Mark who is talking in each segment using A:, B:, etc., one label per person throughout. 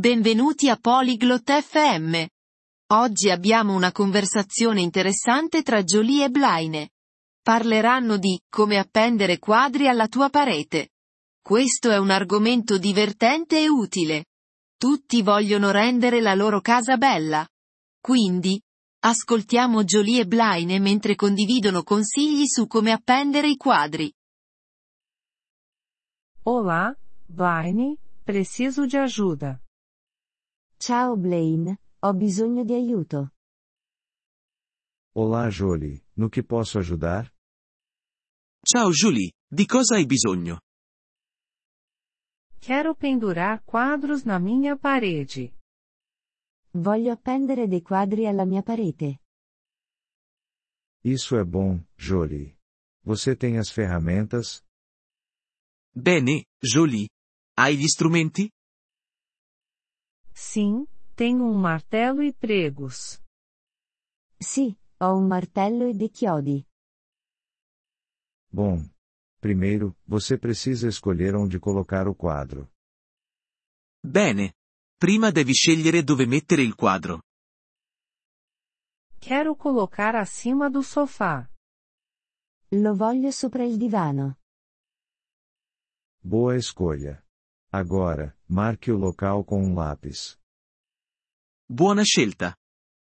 A: Benvenuti a Polyglot FM. Oggi abbiamo una conversazione interessante tra Jolie e Blaine. Parleranno di come appendere quadri alla tua parete. Questo è un argomento divertente e utile. Tutti vogliono rendere la loro casa bella. Quindi, ascoltiamo Jolie e Blaine mentre condividono consigli su come appendere i quadri.
B: Olá, Blaine, preciso de ajuda.
C: Ciao Blaine, ho bisogno di aiuto.
D: Olá, Jolie. No que posso ajudar?
E: Ciao Julie, di cosa hai bisogno?
B: Quero pendurar quadros na minha parede.
C: Voglio appendere dei quadri alla mia parete.
D: Isso é bom, Jolie. Você tem as ferramentas?
E: Bene, Jolie. Hai gli strumenti?
B: Sim, tenho um martelo e pregos.
C: Sì, ho un martello e dei chiodi.
D: Bom. Primeiro, você precisa escolher onde colocar o quadro.
E: Bene. Prima devi scegliere dove mettere il quadro.
B: Quero colocar acima do sofá.
C: Lo voglio sopra il divano.
D: Boa escolha. Agora, marque o local com um lápis.
E: Buona scelta.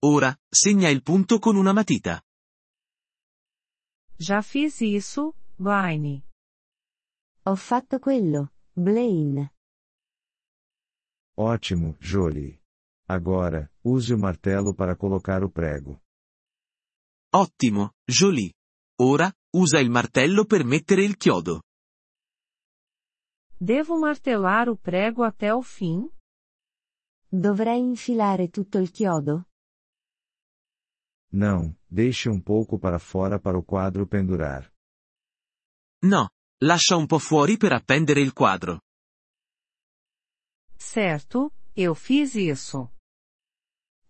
E: Ora, segna il punto con una matita.
B: Já fiz isso, Blaine.
C: Ho fatto quello, Blaine.
D: Ótimo, Jolie. Agora, use o martelo para colocar o prego.
E: Ottimo, Jolie. Ora, usa il martello per mettere il chiodo.
B: Devo martelar o prego até o fim?
C: Dovrei infilare tutto il chiodo?
D: Não, deixe um pouco para fora para o quadro pendurar.
E: No. Lascia un po' fuori per appendere il quadro.
B: Certo, eu fiz isso.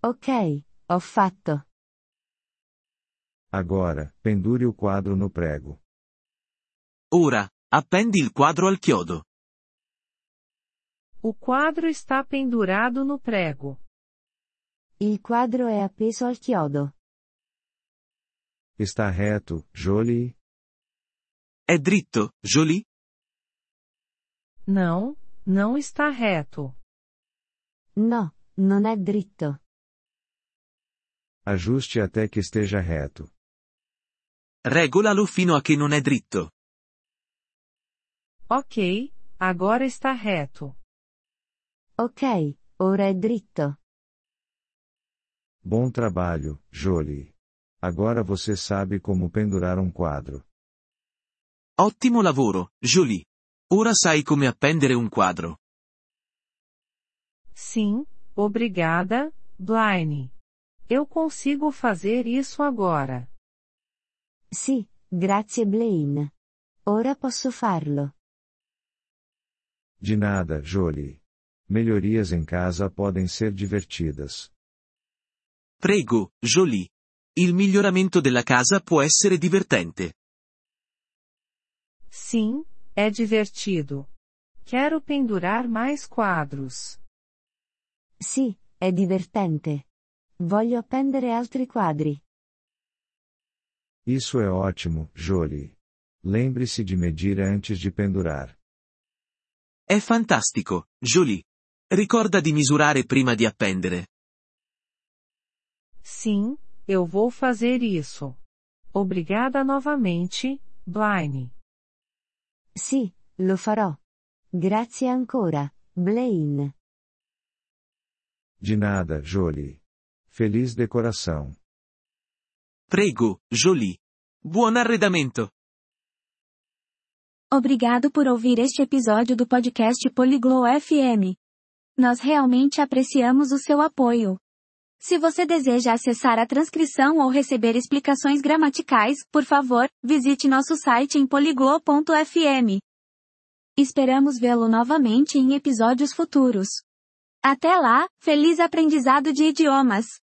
C: Ok, ho fatto.
D: Agora, pendure o quadro no prego.
E: Ora, appendi il quadro al chiodo.
B: O quadro está pendurado no prego.
C: Il quadro è appeso al chiodo.
D: Está reto, Jolie?
E: È dritto, Jolie?
B: Não, não está reto.
C: No, non è dritto.
D: Ajuste até que esteja reto.
E: Regolalo fino a che non è dritto.
B: Ok, agora está reto.
C: Ok, ora è dritto.
D: Bom trabalho, Jolie. Agora você sabe como pendurar um quadro.
E: Ottimo lavoro, Jolie. Ora sai come appendere un quadro.
B: Sim, obrigada, Blaine. Eu consigo fazer isso agora.
C: Sì, grazie Blaine. Ora posso farlo.
D: De nada, Jolie. Melhorias em casa podem ser divertidas.
E: Prego, Jolie. Il miglioramento della casa può essere divertente.
B: Sim, é divertido. Quero pendurar mais quadros.
C: Sì, è divertente. Voglio appendere altri quadri.
D: Isso é ótimo, Jolie. Lembre-se de medir antes de pendurar.
E: È fantastico, Jolie. Ricorda di misurare prima di appendere.
B: Sim, eu vou fazer isso. Obrigada novamente, Blaine.
C: Sì, lo farò. Grazie ancora, Blaine.
D: De nada, Jolie. Feliz decoração.
E: Prego, Jolie. Buon arredamento.
F: Obrigado por ouvir este episódio do podcast Poliglo FM. Nós realmente apreciamos o seu apoio. Se você deseja acessar a transcrição ou receber explicações gramaticais, por favor, visite nosso site em poliglo.fm. Esperamos vê-lo novamente em episódios futuros. Até lá, feliz aprendizado de idiomas!